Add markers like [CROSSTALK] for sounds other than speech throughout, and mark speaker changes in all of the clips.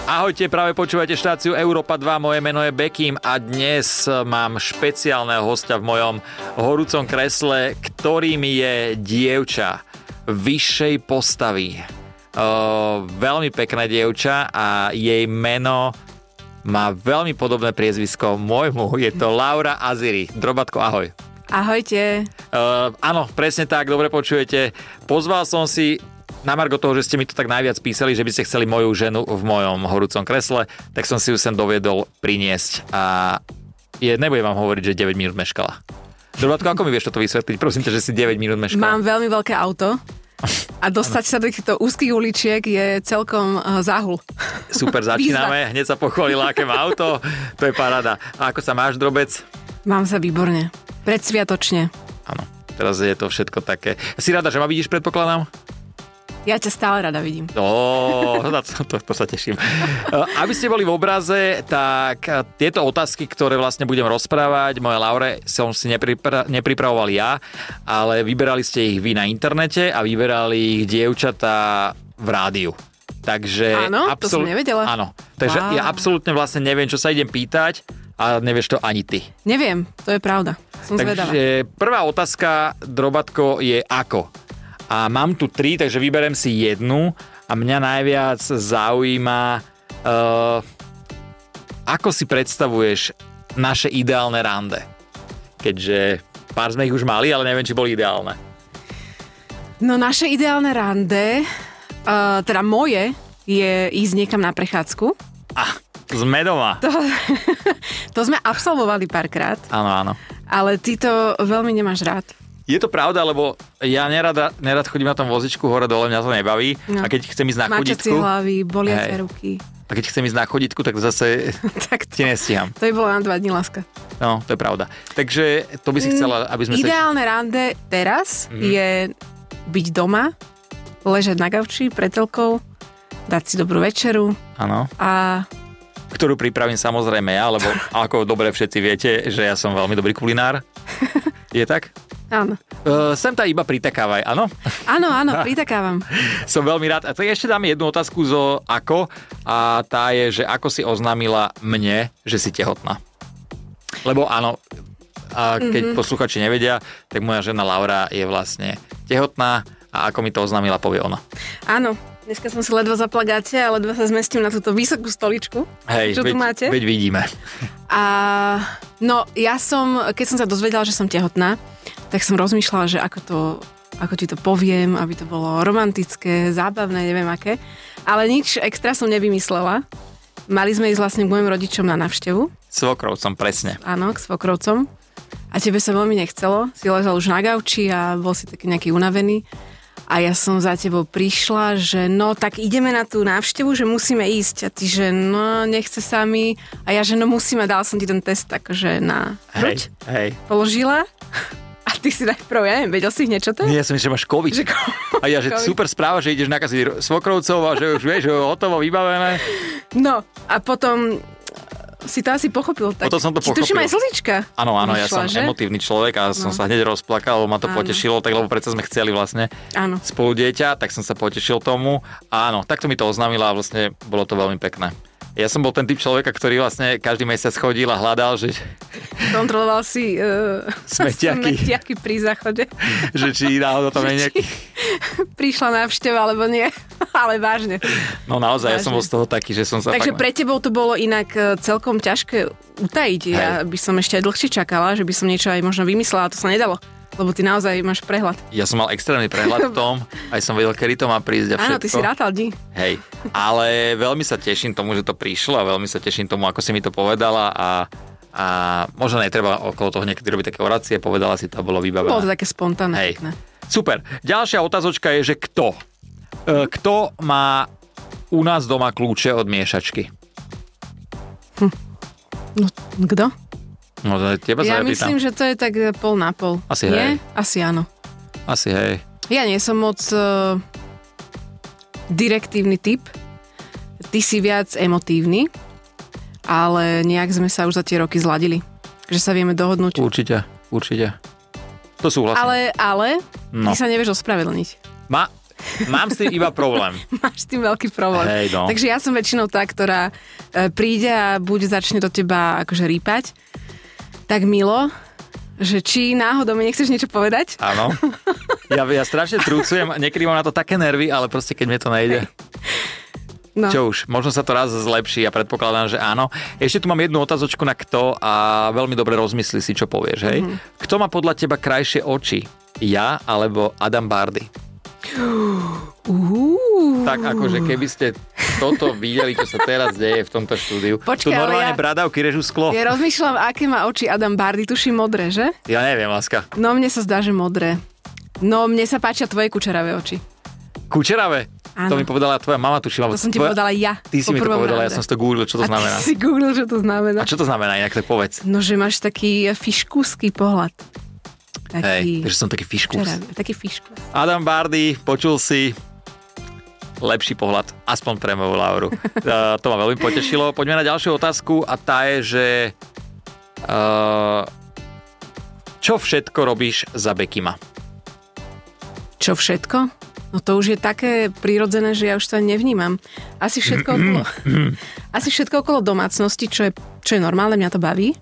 Speaker 1: Ahojte, práve počúvate štáciu Európa 2, moje meno je Bekým a dnes mám špeciálneho hostia v mojom horúcom kresle, ktorým je dievča vyššej postavy. Uh, veľmi pekná dievča a jej meno má veľmi podobné priezvisko môjmu. Je to Laura Aziri. Drobatko, ahoj.
Speaker 2: Ahojte.
Speaker 1: Uh, áno, presne tak, dobre počujete. Pozval som si na Margo toho, že ste mi to tak najviac písali, že by ste chceli moju ženu v mojom horúcom kresle, tak som si ju sem doviedol priniesť a je, nebudem vám hovoriť, že 9 minút meškala. Drobátko, ako mi vieš toto vysvetliť? Prosím ťa, že si 9 minút meškala.
Speaker 2: Mám veľmi veľké
Speaker 1: [LAUGHS]
Speaker 2: auto a dostať sa do týchto úzkých uličiek je celkom eh, záhul. [LAUGHS]
Speaker 1: Super, začíname. Hneď sa pochválila, aké má auto. To je paráda. A ako sa máš, drobec?
Speaker 2: Mám sa výborne. Predsviatočne.
Speaker 1: Áno, teraz je to všetko také. Si rada, že ma vidíš, predpokladám?
Speaker 2: Ja ťa stále rada vidím.
Speaker 1: No, na to, to, to sa teším. Eh, Aby ste boli v obraze, tak eh, tieto otázky, ktoré vlastne budem rozprávať, moje Laure, som si nepripra- nepripravoval ja, ale vyberali ste ich vy na internete a vyberali ich dievčatá v rádiu. Takže
Speaker 2: Áno, to som nevedela.
Speaker 1: Áno, takže
Speaker 2: Á.
Speaker 1: ja absolútne vlastne neviem, čo sa idem pýtať a nevieš to ani ty.
Speaker 2: Neviem, to je pravda. Som zvedavá.
Speaker 1: Takže prvá otázka, drobatko, je ako? A mám tu tri, takže vyberem si jednu a mňa najviac zaujíma, uh, ako si predstavuješ naše ideálne rande? Keďže pár sme ich už mali, ale neviem, či boli ideálne.
Speaker 2: No naše ideálne rande, uh, teda moje, je ísť niekam na prechádzku.
Speaker 1: Ah, sme doma.
Speaker 2: To, [LAUGHS] to sme absolvovali párkrát,
Speaker 1: Áno, áno.
Speaker 2: ale ty to veľmi nemáš rád.
Speaker 1: Je to pravda, lebo ja nerada, nerad chodím na tom vozičku hore dole, mňa to nebaví. No.
Speaker 2: No.
Speaker 1: A keď chcem ísť na
Speaker 2: Mačacie
Speaker 1: chodítku,
Speaker 2: hlavy, boliace
Speaker 1: Hej. [LAUGHS]
Speaker 2: ruky.
Speaker 1: a keď chcem ísť na chodítku, tak zase [LAUGHS]
Speaker 2: tak
Speaker 1: ti
Speaker 2: to,
Speaker 1: nestíham.
Speaker 2: to je bola na dva dní láska.
Speaker 1: No, to je pravda. Takže to by si
Speaker 2: Mm,
Speaker 1: chcela, aby sme sa... Mhm.
Speaker 2: Ideálne rande teraz mm. je byť doma, ležať na gauči pred telkou, dať si dobrú večeru
Speaker 1: Áno.
Speaker 2: a
Speaker 1: Ktorú pripravím samozrejme ja,
Speaker 2: [LAUGHS]
Speaker 1: lebo ako dobre všetci viete, že ja som veľmi dobrý kulinár. Je tak?
Speaker 2: áno.
Speaker 1: E, sem tá iba pritakávaj,
Speaker 2: [LAUGHS]
Speaker 1: áno?
Speaker 2: Áno,
Speaker 1: [LAUGHS]
Speaker 2: áno, pritakávam.
Speaker 1: Som veľmi rád. A tak ešte dám jednu otázku zo ako a tá je, že ako si oznámila mne, že si tehotná. Lebo áno, a
Speaker 2: Mhm.
Speaker 1: keď mm-hmm. posluchači nevedia, tak moja žena Laura je vlastne tehotná a ako mi to oznámila, povie ona.
Speaker 2: Áno, dneska som si ledva za plagáte a ledva sa zmestím na túto vysokú stoličku,
Speaker 1: Hej,
Speaker 2: čo
Speaker 1: veď,
Speaker 2: tu máte.
Speaker 1: veď vidíme.
Speaker 2: A no, ja som, keď som sa dozvedela, že som tehotná, tak som rozmýšľala, že ako to ako ti to poviem, aby to bolo romantické, zábavné, neviem aké. Ale nič extra som nevymyslela. Mali sme ísť vlastne k mojim rodičom na návštevu.
Speaker 1: Svokrov som presne.
Speaker 2: áno, k svokrovcom. A tebe sa veľmi nechcelo, si ležal už na gauči a bol si taký nejaký unavený. A ja som za tebou prišla, že no tak ideme na tú návštevu, že musíme ísť. A ty, že no nechce sa mi. A ja, že no musíme, dal som ti ten test akože na hruď.
Speaker 1: Hej, hej.
Speaker 2: Položila [LAUGHS] a ty si najprv, ja neviem, vedel si niečo to? je?
Speaker 1: Ja som myslel, že máš COVID.
Speaker 2: Že ko- [LAUGHS]
Speaker 1: A ja, že
Speaker 2: COVID.
Speaker 1: super správa, že ideš nakaziť ro- svokrovcov a že už vieš, že je hotovo, vybavené.
Speaker 2: No a potom si to asi pochopil. Tak,
Speaker 1: Potom som to
Speaker 2: Ti tuším
Speaker 1: pochopil.
Speaker 2: aj slzička.
Speaker 1: Áno, áno, ja som
Speaker 2: vyšla, že?
Speaker 1: emotívny človek a som
Speaker 2: No.
Speaker 1: sa hneď rozplakal, lebo ma to
Speaker 2: Áno.
Speaker 1: potešilo, tak lebo predsa sme chceli vlastne
Speaker 2: Áno.
Speaker 1: spolu dieťa, tak som sa potešil tomu. A áno, takto mi to oznámila a vlastne bolo to veľmi pekné. Ja som bol ten typ človeka, ktorý vlastne každý mesiac chodil a hľadal, [LAUGHS] že,
Speaker 2: Kontroloval si uh,
Speaker 1: [LAUGHS] Smetiaky.
Speaker 2: smetiaky pri záchode.
Speaker 1: že či náhodou tam je nejaký...
Speaker 2: prišla návšteva alebo nie, [LAUGHS] ale vážne.
Speaker 1: No naozaj, ja som bol z toho taký, že som sa
Speaker 2: Takže
Speaker 1: fakt-
Speaker 2: pre tebou to bolo inak e, celkom ťažké utajiť. Ja by som ešte aj dlhšie čakala, že by som niečo aj možno vymyslela, a to sa nedalo. Lebo ty naozaj máš prehľad.
Speaker 1: Ja som mal extrémny prehľad v tom, aj som vedel, kedy to má prísť a všetko.
Speaker 2: Áno, ty si rátal dní.
Speaker 1: Hej, ale veľmi sa teším tomu, že to prišlo a veľmi sa teším tomu, ako si mi to povedala a, a možno netreba okolo toho niekedy robiť také orácie, povedala si to a bolo vybavené.
Speaker 2: Bolo to také spontánne.
Speaker 1: Hej.
Speaker 2: pekné.
Speaker 1: Super. Ďalšia otázočka je, že kto? E, Kto má u nás doma kľúče od miešačky?
Speaker 2: No, kto?
Speaker 1: No to teba sa
Speaker 2: Ja
Speaker 1: ja pýtam.
Speaker 2: myslím, že to je tak e, pol na pol.
Speaker 1: Asi hej.
Speaker 2: nie? Asi áno.
Speaker 1: Asi hej.
Speaker 2: Ja nie som moc e, direktívny typ. Ty si viac emotívny, ale nejak sme sa už za tie roky zladili. Že sa vieme dohodnúť.
Speaker 1: Určite, určite. To súhlasím.
Speaker 2: Ale, ale,
Speaker 1: No.
Speaker 2: no. ty sa nevieš ospravedlniť. [LAUGHS]
Speaker 1: Ma... Mám s tým iba problém.
Speaker 2: Máš s tým veľký problém.
Speaker 1: Hej, no.
Speaker 2: Takže ja som väčšinou tá, ktorá e, príde a buď začne do teba akože rýpať, tak milo, že či náhodou mi nechceš niečo povedať, [LAUGHS]
Speaker 1: Áno. Ja, ja strašne trúcujem, niekedy mám na to také nervy, ale proste keď mi to nejde.
Speaker 2: No.
Speaker 1: Čo už, možno sa to raz zlepší, ja predpokladám, že áno. Ešte tu mám jednu otázočku na kto a veľmi dobre rozmysli si, čo povieš, hej.
Speaker 2: Mhm.
Speaker 1: Mm-hmm. Kto má podľa teba krajšie oči? Ja alebo Adam Bardy?
Speaker 2: Uú.
Speaker 1: Tak akože keby ste toto videli, čo sa teraz deje v tomto štúdiu.
Speaker 2: Počkaj,
Speaker 1: tu normálne
Speaker 2: ale ja-
Speaker 1: bradavky režú sklo.
Speaker 2: Ja rozmýšľam, aké má oči Adam Bardy, tuším modré, že?
Speaker 1: Ja neviem, láska.
Speaker 2: No mne sa zdá, že modré. No mne sa páčia tvoje kučeravé oči.
Speaker 1: Kučeravé. To
Speaker 2: Áno.
Speaker 1: mi povedala tvoja mama, tuším. alebo
Speaker 2: To som ti
Speaker 1: tvoja...
Speaker 2: povedala ja.
Speaker 1: Ty si
Speaker 2: po
Speaker 1: mi to
Speaker 2: prvom
Speaker 1: povedala, ja
Speaker 2: rande.
Speaker 1: som si to googlil, čo to
Speaker 2: A ty
Speaker 1: znamená.
Speaker 2: si googlil, čo to znamená.
Speaker 1: A čo to znamená inak, tak povedz.
Speaker 2: No, že máš taký fiškúsky pohľad.
Speaker 1: Hej,
Speaker 2: Taký
Speaker 1: takže som taký fiškus.
Speaker 2: kučeravý, taký fiškus.
Speaker 1: Adam Bardy, počul si lepší pohľad, aspoň pre moju
Speaker 2: [LAUGHS]
Speaker 1: Lauru. Eh, to ma veľmi potešilo. Poďme na ďalšiu otázku a tá je, že eh, čo všetko robíš za Bekima?
Speaker 2: Čo všetko? No to už je také prirodzené, že ja už to ani nevnímam. Asi
Speaker 1: [CLEARS THROAT]
Speaker 2: všetko okolo, [CLEARS THROAT] asi všetko okolo domácnosti, čo je, čo je normálne, mňa to baví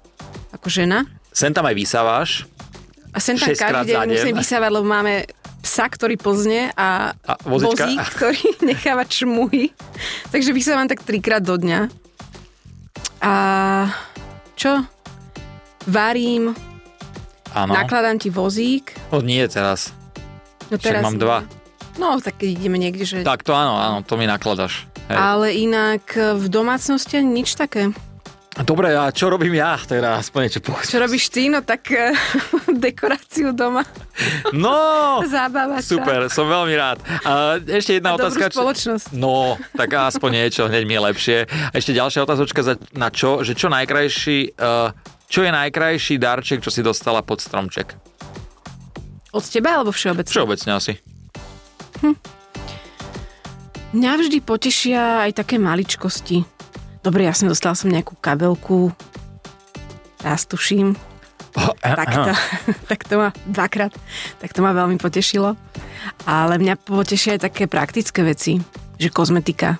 Speaker 2: ako žena.
Speaker 1: Sem tam aj vysávaš
Speaker 2: A sem tam
Speaker 1: Šesťkrát
Speaker 2: každý
Speaker 1: za
Speaker 2: deň
Speaker 1: deň.
Speaker 2: musím vysávať, lebo máme psa, ktorý pozne a,
Speaker 1: A vozička.
Speaker 2: vozík, ktorý [LAUGHS] necháva čmuhy. Takže vysávam tak trikrát do dňa. A čo? Varím,
Speaker 1: Áno.
Speaker 2: no. nakladám ti vozík.
Speaker 1: No nie teraz.
Speaker 2: No
Speaker 1: Však mám dva.
Speaker 2: No, tak keď ideme niekde, že...
Speaker 1: Tak to áno, áno, to mi nakladaš. Hej.
Speaker 2: Ale inak e, v domácnosti ani nič také.
Speaker 1: Dobre, a čo robím ja teda? Aspoň niečo povedz.
Speaker 2: Čo robíš ty? No tak e, [LAUGHS] dekoráciu doma.
Speaker 1: [LAUGHS]
Speaker 2: [LAUGHS]
Speaker 1: No!
Speaker 2: Zábava. sa.
Speaker 1: Super, som veľmi rád. A ešte jedna
Speaker 2: A dobrú
Speaker 1: otázka. čo-
Speaker 2: spoločnosť.
Speaker 1: No, tak aspoň niečo, hneď mi je lepšie. A ešte ďalšia otázočka za, na čo, že čo najkrajší, eh, čo je najkrajší darček, čo si dostala pod stromček?
Speaker 2: Od teba alebo všeobecne?
Speaker 1: Všeobecne asi.
Speaker 2: Mňa vždy potešia aj také maličkosti. Dobre, ja som dostala som nejakú kabelku. Raz tuším. Tak to, [LAUGHS] tak to ma dvakrát. Tak to ma veľmi potešilo. Ale mňa potešia aj také praktické veci. Že kozmetika.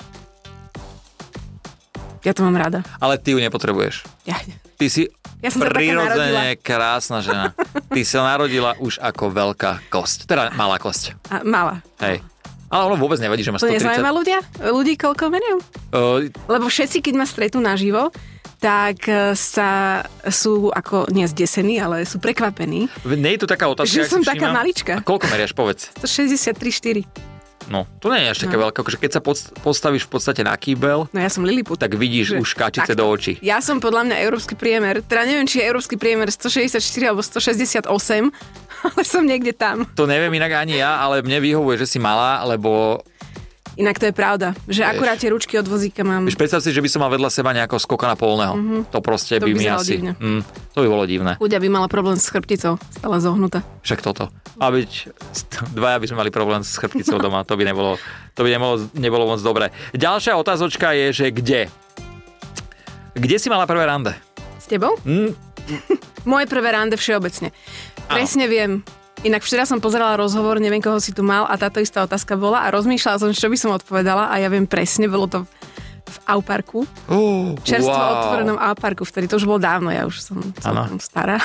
Speaker 2: Ja to mám rada.
Speaker 1: Ale ty ju nepotrebuješ.
Speaker 2: Ja,
Speaker 1: Ty si
Speaker 2: Ja som sa taká
Speaker 1: prirodzene krásna žena. Ty sa narodila už ako veľká kosť. Teda malá kosť.
Speaker 2: a mala.
Speaker 1: Hej. Ale ono vôbec nevadí, že má
Speaker 2: To nezaujíma
Speaker 1: 130.
Speaker 2: ľudia? Ľudí koľko menujú?
Speaker 1: Eh,
Speaker 2: Lebo všetci, keď ma stretnú naživo, tak e, sa sú ako nie zdesení, ale sú prekvapení.
Speaker 1: nie je tu taká otázka,
Speaker 2: Že
Speaker 1: ak si
Speaker 2: som taká
Speaker 1: všímam.
Speaker 2: maličká.
Speaker 1: A koľko meriaš, povedz?
Speaker 2: 163,4.
Speaker 1: No, to nie je až také no. veľké, akože keď sa podst- postavíš v podstate na kýbel,
Speaker 2: No ja som Lilliput.
Speaker 1: tak vidíš
Speaker 2: Že-
Speaker 1: už kačice
Speaker 2: takto.
Speaker 1: do očí.
Speaker 2: Ja som podľa mňa európsky priemer, teda neviem, či je európsky priemer 164 alebo 168, [LAUGHS] ale som niekde tam.
Speaker 1: To neviem inak ani ja, ale mne vyhovuje, že si malá, lebo
Speaker 2: Mhm. Inak to je pravda, že akurát tie ručky od vozíka mám.
Speaker 1: vieš, predstav si, že by som mal vedľa seba nejakého skokana polného. Mm-hmm. To proste
Speaker 2: Mhm. To
Speaker 1: by,
Speaker 2: by
Speaker 1: mi
Speaker 2: vyzeralo
Speaker 1: asi...
Speaker 2: divne.
Speaker 1: Mm, to by bolo divné.
Speaker 2: Chudia by mala problém s chrbticou, stále zohnutá.
Speaker 1: Však toto. A byť dvaja by sme mali problém s chrbticou doma, to by nebolo, to by nebolo, nebolo moc dobré. Ďalšia otázočka je, že kde? Kde si mala prvé rande?
Speaker 2: S tebou?
Speaker 1: Mm.
Speaker 2: [LAUGHS] Moje prvé rande všeobecne. Presne viem. Inak včera som pozerala rozhovor, neviem koho si tu mal a táto istá otázka bola a rozmýšľala som, čo by som odpovedala a ja viem presne, bolo to v Au parku,
Speaker 1: Uh,
Speaker 2: čerstvo wow. otvorenom Au parku, vtedy to už bolo dávno, ja už som
Speaker 1: Áno.
Speaker 2: celkom stará.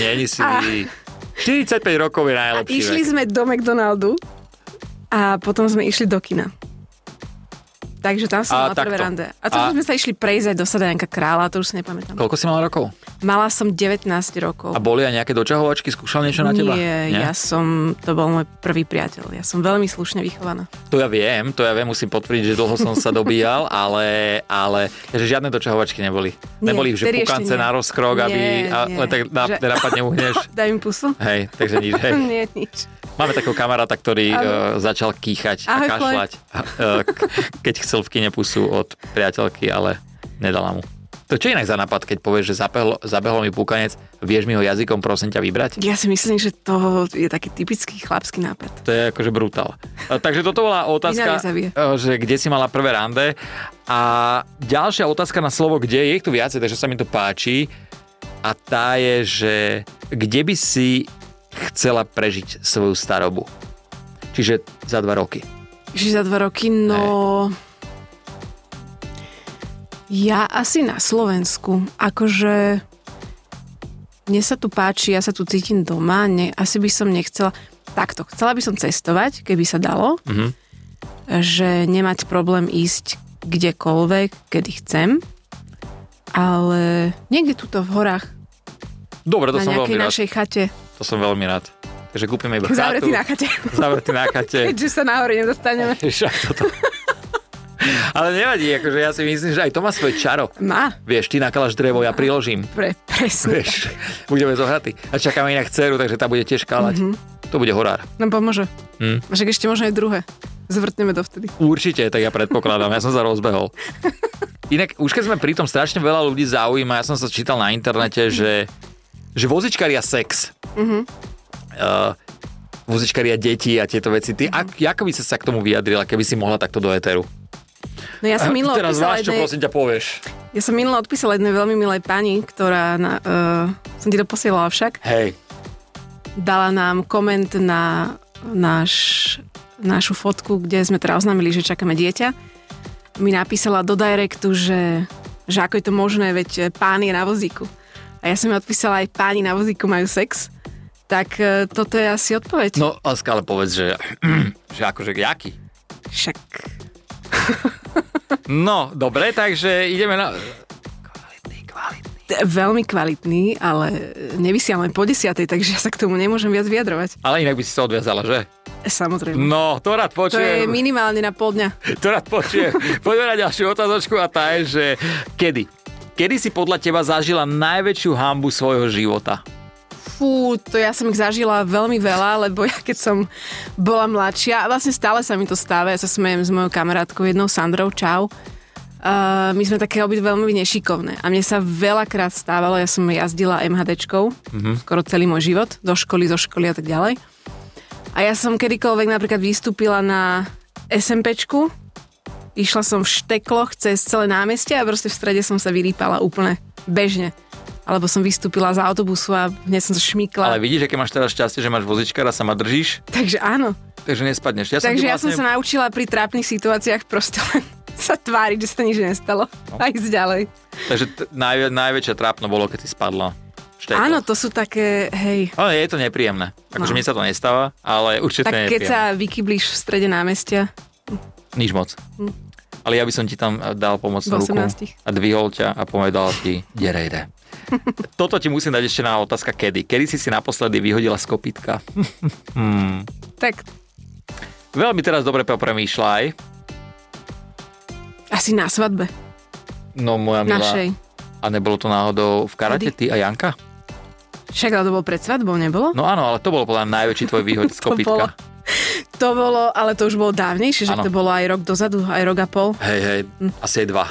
Speaker 1: Není si...
Speaker 2: A-
Speaker 1: 45 rokov je
Speaker 2: A
Speaker 1: najlepší
Speaker 2: išli
Speaker 1: vek.
Speaker 2: sme do McDonaldu a potom sme išli do kina. Takže
Speaker 1: A
Speaker 2: tam som mala
Speaker 1: takto.
Speaker 2: prvé rande. A to
Speaker 1: A-
Speaker 2: sme sa išli prejsť aj do Sadanka kráľa, to už si nepamätám.
Speaker 1: Koľko si mala rokov?
Speaker 2: Mala som 19 rokov.
Speaker 1: A boli aj nejaké dočahovačky? Skúšal niečo na teba?
Speaker 2: Nie, ja som, to bol môj prvý priateľ. Ja som veľmi slušne vychovaná.
Speaker 1: To ja viem, to ja viem, musím potvrdiť, že dlho som sa
Speaker 2: [LAUGHS]
Speaker 1: dobíjal, ale, ale že žiadne dočahovačky neboli.
Speaker 2: Nie,
Speaker 1: neboli, že
Speaker 2: vtedy ešte
Speaker 1: pukance
Speaker 2: nie.
Speaker 1: na rozkrok,
Speaker 2: Nie,
Speaker 1: aby a,
Speaker 2: nie.
Speaker 1: len tak na,
Speaker 2: Že-
Speaker 1: napadne
Speaker 2: [LAUGHS]
Speaker 1: uhneš.
Speaker 2: Daj mi pusu.
Speaker 1: Hej, takže nič. Hej.
Speaker 2: [LAUGHS] Nie, nič.
Speaker 1: Máme takého kamaráta, ktorý uh,
Speaker 2: Áno.
Speaker 1: začal kýchať a
Speaker 2: Ahoj,
Speaker 1: kašľať, uh, keď chcel v kine pusu od priateľky, ale nedala mu. To čo je inak za nápad, keď povieš, že zapehlo, zabehol mi púkanec, vieš mi ho jazykom prosím ťa vybrať?
Speaker 2: Ja si myslím, že to je taký typický chlapský nápad.
Speaker 1: To je akože brutál. E, Takže toto bola otázka,
Speaker 2: Inak nezabije.
Speaker 1: e, že kde si mala prvé rande. A ďalšia otázka na slovo kde, je ich tu viacej, takže sa mi to páči. A tá je, že kde by si chcela prežiť svoju starobu? Čiže za dva roky.
Speaker 2: Že za dva roky, no... Ja asi na Slovensku. Akože... Mne sa tu páči, ja sa tu cítim doma, ne, asi by som nechcela... Takto, chcela by som cestovať, keby sa dalo,
Speaker 1: Mhm.
Speaker 2: že nemať problém ísť kdekoľvek, kedy chcem, ale niekde tuto v horách,
Speaker 1: Dobre, to
Speaker 2: na
Speaker 1: som veľmi
Speaker 2: nejakej
Speaker 1: rád.
Speaker 2: našej chate.
Speaker 1: To som veľmi rád. Takže kúpime
Speaker 2: [LAUGHS]
Speaker 1: iba chatu.
Speaker 2: Zavretý na chate.
Speaker 1: Zavretý na
Speaker 2: [LAUGHS]
Speaker 1: chate.
Speaker 2: Keďže sa nahore nedostaneme.
Speaker 1: Vieš, ako
Speaker 2: [LAUGHS]
Speaker 1: toto. Ale nevadí, akože ja si myslím, že aj to má svoje čaro.
Speaker 2: Má.
Speaker 1: Vieš, ty nakalaš drevo, ja priložím.
Speaker 2: Pre,
Speaker 1: [LAUGHS]
Speaker 2: presne.
Speaker 1: Vieš, budeme zohratí. A čakáme inak dceru, takže tá bude tiež kalať. To bude horár.
Speaker 2: Nám No pomôže.
Speaker 1: Hm.
Speaker 2: Však ešte možno aj druhé. Zvrtneme dovtedy.
Speaker 1: Určite, tak ja predpokladám, ja som sa rozbehol. Inak, už keď sme pri tom, strašne veľa ľudí zaujíma, ja som sa čítal na internete, že, že vozičkaria sex. Uh, vozičkaria deti a tieto veci. Ty, ak, ako by si sa k tomu vyjadrila, keby si mohla takto do éteru?
Speaker 2: No
Speaker 1: [LAUGHS]
Speaker 2: ja som minulo
Speaker 1: Teraz
Speaker 2: odpísala
Speaker 1: zvlášť, čo
Speaker 2: jednej,
Speaker 1: prosím ťa povieš.
Speaker 2: ja som minulo odpísala jednej veľmi milej pani, ktorá na, uh, som ti to posielala však,
Speaker 1: Hej,
Speaker 2: dala nám koment na náš, našu fotku, kde sme teda oznámili, že čakáme dieťa. Mi napísala do directu, že, že ako je to možné, veď eh, pán je na vozíku. A ja som jej odpísala, aj páni na vozíku majú sex. Tak e, toto je asi odpoveď.
Speaker 1: no Laska, ale povedz, že, [CLEARS THROAT] že akože jaký?
Speaker 2: Však
Speaker 1: No, dobre, takže ideme na... Kvalitný, kvalitný.
Speaker 2: t- veľmi kvalitný, ale nevysielame po desiatej, takže ja sa k tomu nemôžem viac vyjadrovať.
Speaker 1: Ale inak by si sa odviazala, že?
Speaker 2: Samozrejme.
Speaker 1: No, to rád
Speaker 2: To je
Speaker 1: počujem.
Speaker 2: minimálne na pol dňa.
Speaker 1: to rád počujem. Poďme na ďalšiu otázočku a tá je, že kedy? Kedy si podľa teba zažila najväčšiu hambu svojho života?
Speaker 2: Fú, to ja som ich zažila veľmi veľa, lebo ja keď som bola mladšia, a vlastne stále sa mi to stáva, ja sa smejem s mojou kamarátkou jednou Sandrou, čau. Uh, my sme také obi veľmi nešikovné a mne sa veľakrát stávalo, ja som jazdila MHDčkou
Speaker 1: Mhm.
Speaker 2: mm-hmm. skoro celý môj život, do školy, zo školy a tak ďalej. A ja som kedykoľvek napríklad vystúpila na SMPčku, išla som v štekloch cez celé námestie a proste v strede som sa vyrýpala úplne bežne. Alebo som vystúpila z autobusu a hneď som sa šmykla.
Speaker 1: Ale vidíš, že keď máš teraz šťastie, že máš vozičkara, sa ma držíš,
Speaker 2: Takže áno.
Speaker 1: takže nespadneš. Ja
Speaker 2: Takže
Speaker 1: ti
Speaker 2: ja som
Speaker 1: vlastne...
Speaker 2: sa naučila pri trápnych situáciách proste len [LAUGHS] sa tváriť, že sa nič nestalo.
Speaker 1: No.
Speaker 2: A ísť ďalej.
Speaker 1: Takže t- najvä- najväčšie trápno bolo, keď si spadla. Šteklo.
Speaker 2: Áno, to sú také, hej,
Speaker 1: Ale je to nepríjemné. Akože
Speaker 2: No.
Speaker 1: mne sa to nestáva, ale určite to je
Speaker 2: tak keď sa
Speaker 1: nepríjemné.
Speaker 2: vykyblíš v strede námestia,
Speaker 1: Nič moc.
Speaker 2: Hm.
Speaker 1: Ale ja by som ti tam dal pomocnú
Speaker 2: Do
Speaker 1: ruku
Speaker 2: 18.
Speaker 1: a dvihol ťa a povedal ti,
Speaker 2: [LAUGHS]
Speaker 1: derejde. Toto ti musím dať ešte na otázka, kedy. Kedy si si naposledy vyhodila z kopytka?
Speaker 2: tak
Speaker 1: Veľmi teraz dobre popremýšľaj.
Speaker 2: asi na svadbe
Speaker 1: No moja milá.
Speaker 2: našej.
Speaker 1: A nebolo to náhodou v karate, ty a Janka?
Speaker 2: Však ale to bolo pred svadbou, nebolo?
Speaker 1: No áno, ale to bolo podľa mňa najväčší tvoj výhod z
Speaker 2: [LAUGHS] To bolo.
Speaker 1: kopytka.
Speaker 2: To bolo, ale to už bolo dávnejšie, že
Speaker 1: Áno.
Speaker 2: to bolo aj rok dozadu, aj rok a pol.
Speaker 1: Hej, hej,
Speaker 2: Hm.
Speaker 1: asi aj dva.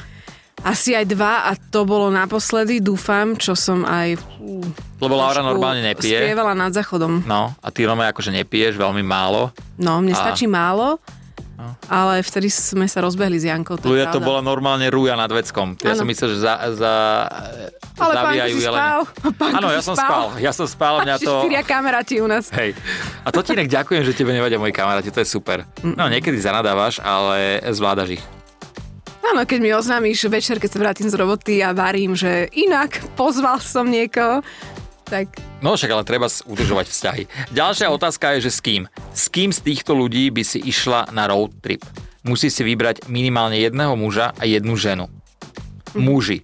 Speaker 2: Asi aj dva a to bolo naposledy, dúfam, čo som aj... ú,
Speaker 1: Lebo Laura
Speaker 2: trošku
Speaker 1: normálne nepije.
Speaker 2: Spievala nad záchodom.
Speaker 1: No, a ty Rome akože nepiješ veľmi málo.
Speaker 2: No, mne
Speaker 1: A-
Speaker 2: stačí málo, ale vtedy sme sa rozbehli s Jankou. To, je
Speaker 1: Ľudia, to
Speaker 2: pravda.
Speaker 1: bola normálne rúja nad veckom. Ja
Speaker 2: Áno.
Speaker 1: som myslel, že za, za,
Speaker 2: Ale pánko
Speaker 1: zavíjajú
Speaker 2: si
Speaker 1: jelene.
Speaker 2: spal. Pánko
Speaker 1: Áno,
Speaker 2: si
Speaker 1: ja som spal. Ja som spal, mňa to...
Speaker 2: Štyria kamaráti u nás.
Speaker 1: Hej. A to ti inak ďakujem, že tebe nevadia moji kamaráti, to je super. No, niekedy zanadávaš, ale zvládaš ich.
Speaker 2: Áno, No, keď mi oznámíš večer, keď sa vrátim z roboty a varím, že inak pozval som niekoho, tak
Speaker 1: No však, ale treba s- udržovať vzťahy. Ďalšia otázka je, že s kým? S kým z týchto ľudí by si išla na road trip? Musíš si vybrať minimálne jedného muža a jednu ženu.
Speaker 2: Mhm.
Speaker 1: Muži.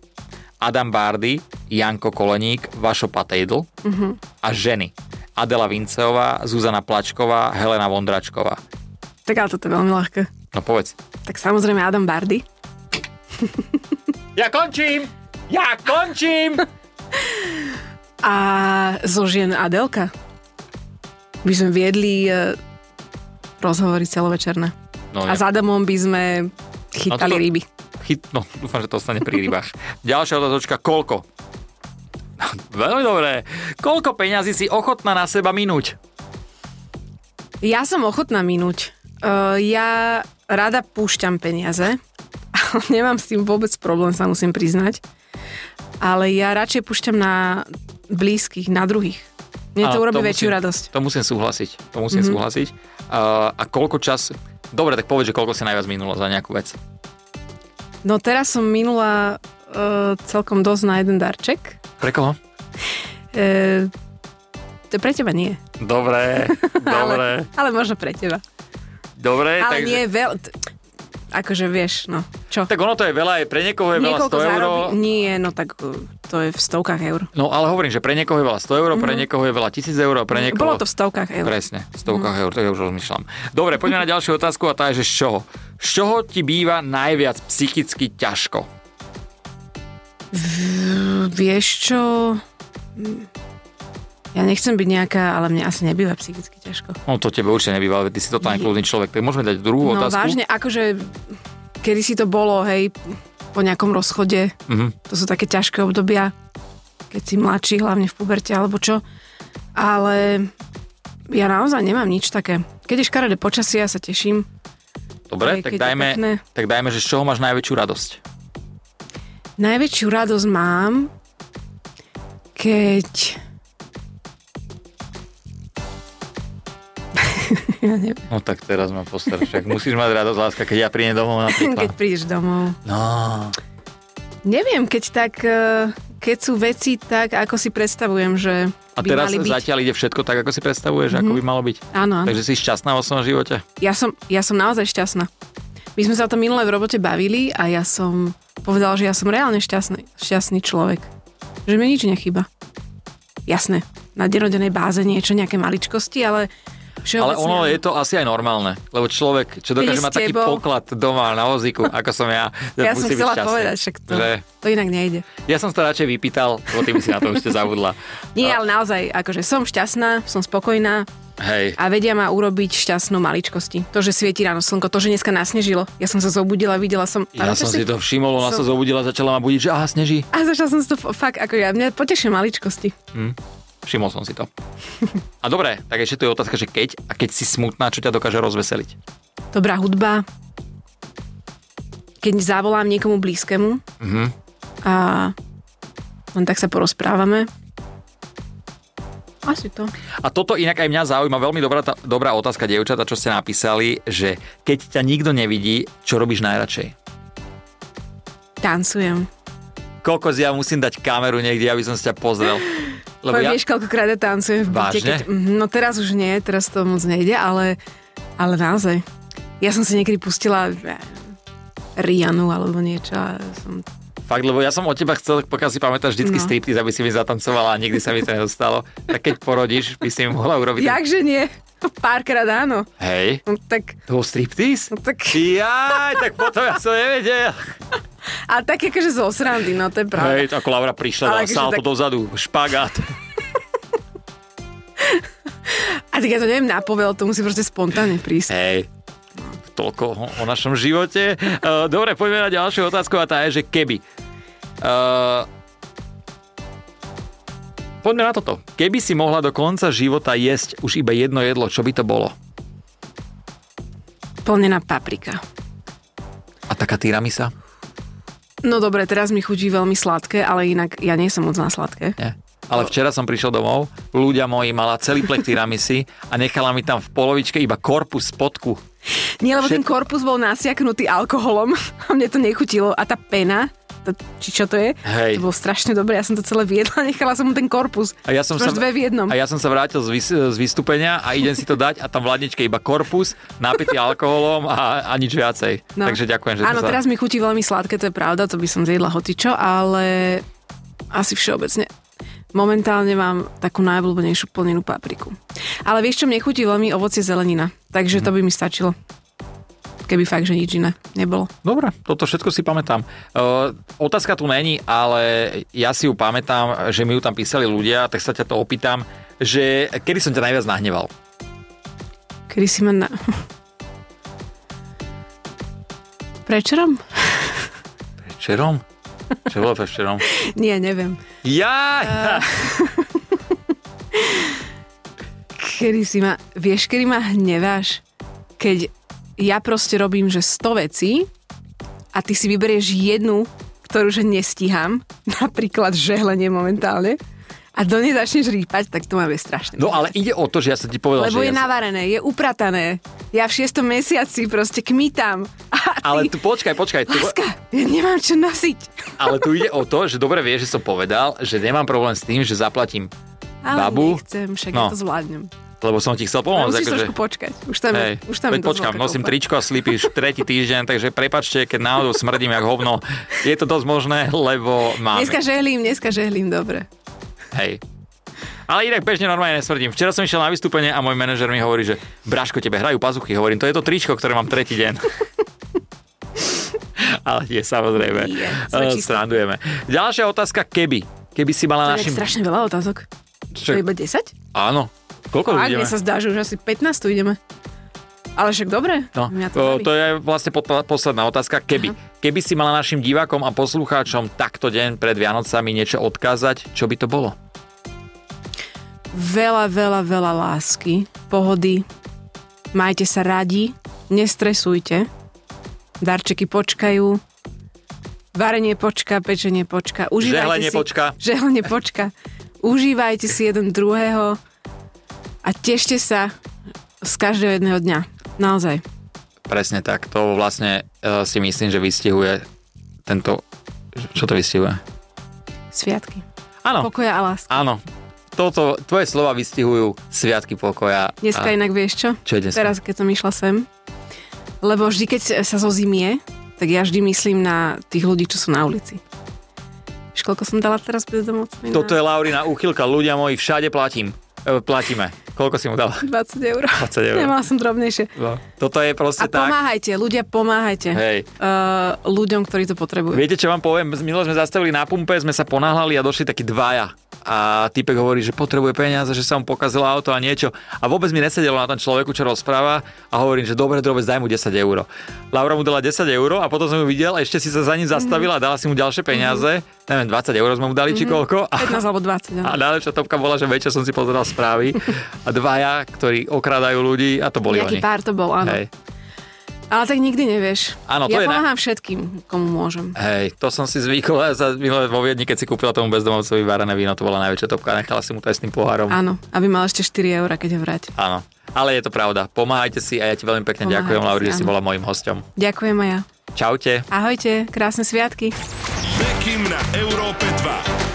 Speaker 1: Adam Bardy, Janko Koleník, Vašo Patejdl
Speaker 2: Mhm.
Speaker 1: a ženy. Adela Vinceová, Zuzana Plačková, Helena Vondračková.
Speaker 2: tak ale toto je veľmi ľahké.
Speaker 1: No povedz.
Speaker 2: Tak samozrejme Adam Bardy.
Speaker 1: Ja končím! Ja končím!
Speaker 2: A zo žien Adelka. By sme viedli e, rozhovory celovečerné.
Speaker 1: [LAUGHS] No,
Speaker 2: A s Adamom by sme chytali
Speaker 1: No toto-
Speaker 2: ryby.
Speaker 1: Chyt... No, dúfam, že to ostane pri rybách. [LAUGHS] Ďalšia otázočka, koľko? No, Veľmi dobré. Koľko peňazí si ochotná na seba minúť?
Speaker 2: Ja som ochotná minúť. Uh, ja rada púšťam peniaze. ale [LAUGHS] Nemám s tým vôbec problém, sa musím priznať. Ale ja radšej púšťam na blízkych, na druhých. Mne
Speaker 1: Áno,
Speaker 2: to
Speaker 1: to
Speaker 2: urobí väčšiu
Speaker 1: musím-
Speaker 2: radosť. Mhm.
Speaker 1: To musím súhlasiť. To musím mm-hmm. súhlasiť. Uh, a koľko čas... Dobre, tak povedz, že koľko si najviac minula za nejakú vec.
Speaker 2: No teraz som minula uh, celkom dosť na jeden darček.
Speaker 1: Pre koho?
Speaker 2: Uh, to pre teba nie. [LAUGHS]
Speaker 1: Dobre, dobre,
Speaker 2: Ale, ale možno pre teba.
Speaker 1: dobre.
Speaker 2: Ale
Speaker 1: takže-
Speaker 2: nie veľ... t- Akože vieš, no. Čo?
Speaker 1: Tak ono to je veľa, aj pre niekoho je veľa 100 eur.
Speaker 2: Nie, no tak uh, to je v stovkách eur.
Speaker 1: No ale hovorím, že pre niekoho je veľa 100 eur, pre niekoho je veľa 1000 eur, pre niekoho...
Speaker 2: Mhm. Bolo to v stovkách eur. Mhm.
Speaker 1: Presne, v stovkách eur, to ja už rozmýšľam. Dobre, poďme na ďalšiu otázku a tá je, že z čoho? Z čoho ti býva najviac psychicky ťažko?
Speaker 2: Vieš čo? Mm. Ja nechcem byť nejaká, ale mne asi nebýva psychicky ťažko.
Speaker 1: No to tebe určite nebýva, veď ty si totálne kľudný človek. Tak môžeme dať druhú
Speaker 2: no
Speaker 1: otázku.
Speaker 2: vážne, akože kedy si to bolo, hej, po nejakom rozchode,
Speaker 1: Mhm.
Speaker 2: to sú také ťažké obdobia, keď si mladší, hlavne v puberte alebo čo. Ale ja naozaj nemám nič také. Keď je škaredé počasie, ja sa teším.
Speaker 1: Dobre,
Speaker 2: Aj
Speaker 1: tak
Speaker 2: keď je pekné.
Speaker 1: dajme, tak dajme, že z čoho máš najväčšiu radosť?
Speaker 2: Najväčšiu radosť mám, keď... [LAUGHS] ja neviem,
Speaker 1: No tak teraz ma postar, však musíš mať radosť, láska, keď ja prídem domov
Speaker 2: keď
Speaker 1: napríklad.
Speaker 2: prídeš domov.
Speaker 1: No,
Speaker 2: Neviem, keď tak, eh, keď sú veci tak, ako si predstavujem, že
Speaker 1: a
Speaker 2: by
Speaker 1: teraz
Speaker 2: mali byť. Mhm.
Speaker 1: zatiaľ ide všetko tak, ako si predstavuješ, ako by malo byť.
Speaker 2: Áno, áno.
Speaker 1: Takže si šťastná vo svojom živote?
Speaker 2: Ja, som, ja som naozaj šťastná. My sme sa o tom minule v robote bavili a ja som povedala, že ja som reálne šťastný, šťastný človek. Že mi nič nechýba. Jasné, na denodenej báze niečo, nejaké maličkosti, ale
Speaker 1: Ale
Speaker 2: všeobecne...
Speaker 1: ono je to asi aj normálne, lebo človek, čo dokáže
Speaker 2: Prísť
Speaker 1: mať taký
Speaker 2: tebou.
Speaker 1: poklad doma na
Speaker 2: [LAUGHS]
Speaker 1: vozíku, ako som ja,
Speaker 2: Ja som
Speaker 1: musí byť
Speaker 2: chcela
Speaker 1: šťastný.
Speaker 2: povedať, však to,
Speaker 1: Že?
Speaker 2: to inak nejde.
Speaker 1: Ja som to radšej vypýtal, lebo ty by si na to už ste zabudla.
Speaker 2: Nie,
Speaker 1: A-
Speaker 2: ale naozaj, akože som šťastná, som spokojná
Speaker 1: Hej,
Speaker 2: a vedia ma urobiť šťastnou maličkosti. To, že svieti ráno slnko, to, že dneska nasnežilo. Ja som sa zobudila, videla som...
Speaker 1: ja
Speaker 2: Ale
Speaker 1: som
Speaker 2: čo
Speaker 1: si to všimol, ona sa
Speaker 2: som-
Speaker 1: zobudila, začala ma budiť, že aha, sneží.
Speaker 2: A začala som si to f- fakt, ako ja, mňa potešia maličkosti.
Speaker 1: Všimol som si
Speaker 2: [LAUGHS]
Speaker 1: to. A dobre, tak ešte tu je otázka, že keď a keď si smutná, čo ťa dokáže rozveseliť?
Speaker 2: dobrá hudba, keď zavolám niekomu blízkemu
Speaker 1: Mhm.
Speaker 2: a len tak sa porozprávame. Asi to.
Speaker 1: A toto inak aj mňa zaujíma, veľmi dobrá, tá, dobrá otázka, dievčata, čo ste napísali, že keď ťa nikto nevidí, čo robíš najradšej?
Speaker 2: Tancujem.
Speaker 1: Kokos, ja musím dať kameru niekde, aby som si ťa pozrel. Lebo
Speaker 2: Lebo
Speaker 1: ja,
Speaker 2: Vieš, koľkokrát ja tancujem v byte.
Speaker 1: Vážne?
Speaker 2: Keď, Mhm, no teraz už nie, teraz to moc nejde, ale, ale naozaj. Ja som si niekedy pustila eh, Rianu alebo niečo a som...
Speaker 1: fakt, lebo ja som od teba chcel, pokiaľ si pamätáš, vždycky no.
Speaker 2: No.
Speaker 1: striptiz, aby si mi zatancovala a nikdy sa mi to nedostalo. Tak keď porodíš, by si mi mohla urobiť... ten-
Speaker 2: Jakže nie? [LAUGHS] Párkrát áno.
Speaker 1: Hej,
Speaker 2: No, tak,
Speaker 1: to bol striptiz?
Speaker 2: no, tak,
Speaker 1: Jaj, tak potom ja som nevedel.
Speaker 2: a tak akože zo srandy, no to je pravda.
Speaker 1: Hej, ako Laura prišla,
Speaker 2: Ale
Speaker 1: dala
Speaker 2: akože
Speaker 1: salto
Speaker 2: tak-
Speaker 1: dozadu, špagát.
Speaker 2: A tak ja to neviem na povel, to musí proste spontánne prísť.
Speaker 1: Hej, toľko o- o našom živote. Uh, dobre, poďme na ďalšiu otázku a tá je, že keby. Uh, poďme na toto. Keby si mohla do konca života jesť už iba jedno jedlo, čo by to bolo?
Speaker 2: Plnená paprika.
Speaker 1: A taká tiramisa?
Speaker 2: No dobre, teraz mi chutí veľmi sladké, ale inak ja nie som moc na sladké.
Speaker 1: Nie. Ale včera som prišiel domov, ľudia moji mala celý plech tiramisy a nechala mi tam v polovičke iba korpus spodku.
Speaker 2: Nie, lebo ten
Speaker 1: Všetko-
Speaker 2: korpus bol nasiaknutý alkoholom a mne to nechutilo. A tá pena, to, či čo to je,
Speaker 1: Hej.
Speaker 2: to bolo strašne dobré. Ja som to celé viedla, [LAUGHS] nechala som mu ten korpus.
Speaker 1: A ja som
Speaker 2: Máš dve v jednom.
Speaker 1: A ja som sa vrátil z, vys- z vystúpenia a idem si to dať a tam v ladničke iba korpus, nápitý alkoholom a, a nič viacej. No. Takže ďakujem, že sme
Speaker 2: Áno,
Speaker 1: sa...
Speaker 2: teraz mi chutí veľmi sladké, to je pravda, to by som zjedla hotičo, ale asi všeobecne. Momentálne mám takú najobľúbenejšiu plnenú papriku. Ale vieš, čo mne chutí veľmi ovocie zelenina,
Speaker 1: Mhm.
Speaker 2: takže to by mi stačilo. Keby fakt, že nič iné nebolo.
Speaker 1: Dobre, toto všetko si pamätám. Uh, otázka tu není, ale ja si ju pamätám, že mi ju tam písali ľudia, tak sa ťa to opýtam, že kedy som ťa najviac nahneval?
Speaker 2: Kedy si ma na... Prečerom?
Speaker 1: Večerom? Čo bolo večerom?
Speaker 2: [LAUGHS] Nie, neviem.
Speaker 1: Ja!
Speaker 2: Eh. Kedy si ma... Vieš, kedy ma hneváš? Keď ja proste robím, že 100 vecí a ty si [LAUGHS] vyberieš jednu, ktorú že nestíham, napríklad žehlenie momentálne, a do nej začneš rýpať, tak to má byť strašne.
Speaker 1: No ale ide o to, že ja som ti povedal,
Speaker 2: Lebo
Speaker 1: že
Speaker 2: je
Speaker 1: ja som-
Speaker 2: navarené, je upratané. Ja v šiestom mesiaci proste kmitám. [LAUGHS] A ty,
Speaker 1: Ale tu, počkaj, počkaj. Tu,
Speaker 2: [LAUGHS] Láska, ja nemám čo nosiť.
Speaker 1: ale tu ide o to, že dobre vieš, že som povedal, že nemám problém s tým, že zaplatím
Speaker 2: Ale
Speaker 1: babu,
Speaker 2: nechcem, však
Speaker 1: No.
Speaker 2: ja to zvládnem.
Speaker 1: lebo som ti chcel
Speaker 2: Ale
Speaker 1: pomôcť.
Speaker 2: musíš
Speaker 1: akože-
Speaker 2: trošku počkať. Už tam,
Speaker 1: Hej,
Speaker 2: je, už tam je
Speaker 1: veď
Speaker 2: dosť
Speaker 1: počkám,
Speaker 2: veľká
Speaker 1: nosím
Speaker 2: kopa.
Speaker 1: tričko a slípiš tretí týždeň, takže prepačte, keď náhodou smrdím jak hovno. Je to dosť možné, lebo mám.
Speaker 2: Dneska žehlím, dneska žehlím, dobre.
Speaker 1: Hej. Ale inak bežne normálne nesmrdím. Včera som išiel na vystúpenie a môj manažer mi hovorí, že Braško, tebe hrajú pazuchy. Hovorím, to je to tričko, ktoré mám tretí
Speaker 2: [LAUGHS]
Speaker 1: deň. Ale je, samozrejme.
Speaker 2: Je, sme
Speaker 1: Eh,
Speaker 2: čistí.
Speaker 1: Strandujeme. Ďalšia otázka, keby. Keby si
Speaker 2: To
Speaker 1: mala
Speaker 2: je
Speaker 1: našim...
Speaker 2: strašne veľa otázok.
Speaker 1: Čo-
Speaker 2: To je iba 10?
Speaker 1: Áno. Koľko
Speaker 2: A
Speaker 1: ľudí
Speaker 2: mne
Speaker 1: ideme?
Speaker 2: sa zdá, že už asi 15 tu ideme. Ale však dobre,
Speaker 1: No,
Speaker 2: mňa to,
Speaker 1: to,
Speaker 2: baví.
Speaker 1: to je vlastne podpa- posledná otázka. Keby, keby si mala našim divákom a poslucháčom takto deň pred Vianocami niečo odkázať, čo by to bolo?
Speaker 2: Veľa, veľa, veľa lásky, pohody, majte sa radi, nestresujte, darčeky počkajú, varenie počka, pečenie počka, užívajte
Speaker 1: Žehlenie
Speaker 2: si...
Speaker 1: počka.
Speaker 2: Žehlenie počka. Užívajte si jeden druhého a tešte sa z každého jedného dňa. Naozaj.
Speaker 1: Presne tak. To vlastne e, si myslím, že vystihuje tento... Čo to vystihuje?
Speaker 2: Sviatky.
Speaker 1: Áno,
Speaker 2: Pokoja a lásky.
Speaker 1: áno. Toto, tvoje slova vystihujú sviatky pokoja.
Speaker 2: Dneska
Speaker 1: a,
Speaker 2: inak vieš čo?
Speaker 1: Čo je dneska?
Speaker 2: Teraz, keď som išla sem. Lebo vždy, keď sa zozimie, tak ja vždy myslím na tých ľudí, čo sú na ulici. Vieš, koľko som dala teraz bezdomovcom?
Speaker 1: Toto je Laurina úchylka. Ľudia moji, všade platím. E, platíme. Koľko si mu [LAUGHS] dala?
Speaker 2: 20 eur.
Speaker 1: 20 eur.
Speaker 2: Nemala som drobnejšie.
Speaker 1: No. Toto je
Speaker 2: A
Speaker 1: proste tak.
Speaker 2: pomáhajte, ľudia, pomáhajte.
Speaker 1: Hej.
Speaker 2: Uh, ľuďom, ktorí to potrebujú.
Speaker 1: Viete, čo vám poviem? Minule sme zastavili na pumpe, sme sa ponáhľali a došli takí dvaja. A typek hovorí, že potrebuje peniaze, že sa mu pokazilo auto a niečo. A vôbec mi nesedelo na tom človeku, čo rozpráva a hovorím, že dobre, dobre, daj mu 10 eur. Laura mu dala 10 eur a potom som ju videl a ešte si sa za ním zastavila a dala si mu ďalšie
Speaker 2: Mhm.
Speaker 1: peniaze. Neviem, 20 eur sme mu dali či koľko. A
Speaker 2: 15 alebo 20.
Speaker 1: a
Speaker 2: áno.
Speaker 1: najlepšia topka bola, že večer som si pozeral
Speaker 2: [LAUGHS]
Speaker 1: správy a dvaja, ktorí okrádajú ľudí a to boli
Speaker 2: Nejaký
Speaker 1: oni.
Speaker 2: pár to bol, áno.
Speaker 1: Hej.
Speaker 2: Ale tak nikdy nevieš.
Speaker 1: Áno, to
Speaker 2: ja
Speaker 1: je na-
Speaker 2: pomáham všetkým, komu môžem.
Speaker 1: Hej, to som si zvykol a za minulé vo Viedni, keď si kúpila tomu bezdomovcovi varené víno, to bola najväčšia topka, nechala si mu to aj s tým pohárom.
Speaker 2: Áno, aby mal ešte 4 eur, keď ho vráti.
Speaker 1: Áno. Ale je to pravda. Pomáhajte si a ja ti veľmi pekne
Speaker 2: Pomáhajte
Speaker 1: ďakujem, Lauri,
Speaker 2: si,
Speaker 1: že si
Speaker 2: áno.
Speaker 1: bola mojim hosťom.
Speaker 2: Ďakujem aj ja.
Speaker 1: Čaute.
Speaker 2: Ahojte, krásne sviatky.
Speaker 3: Bekim na Európe 2.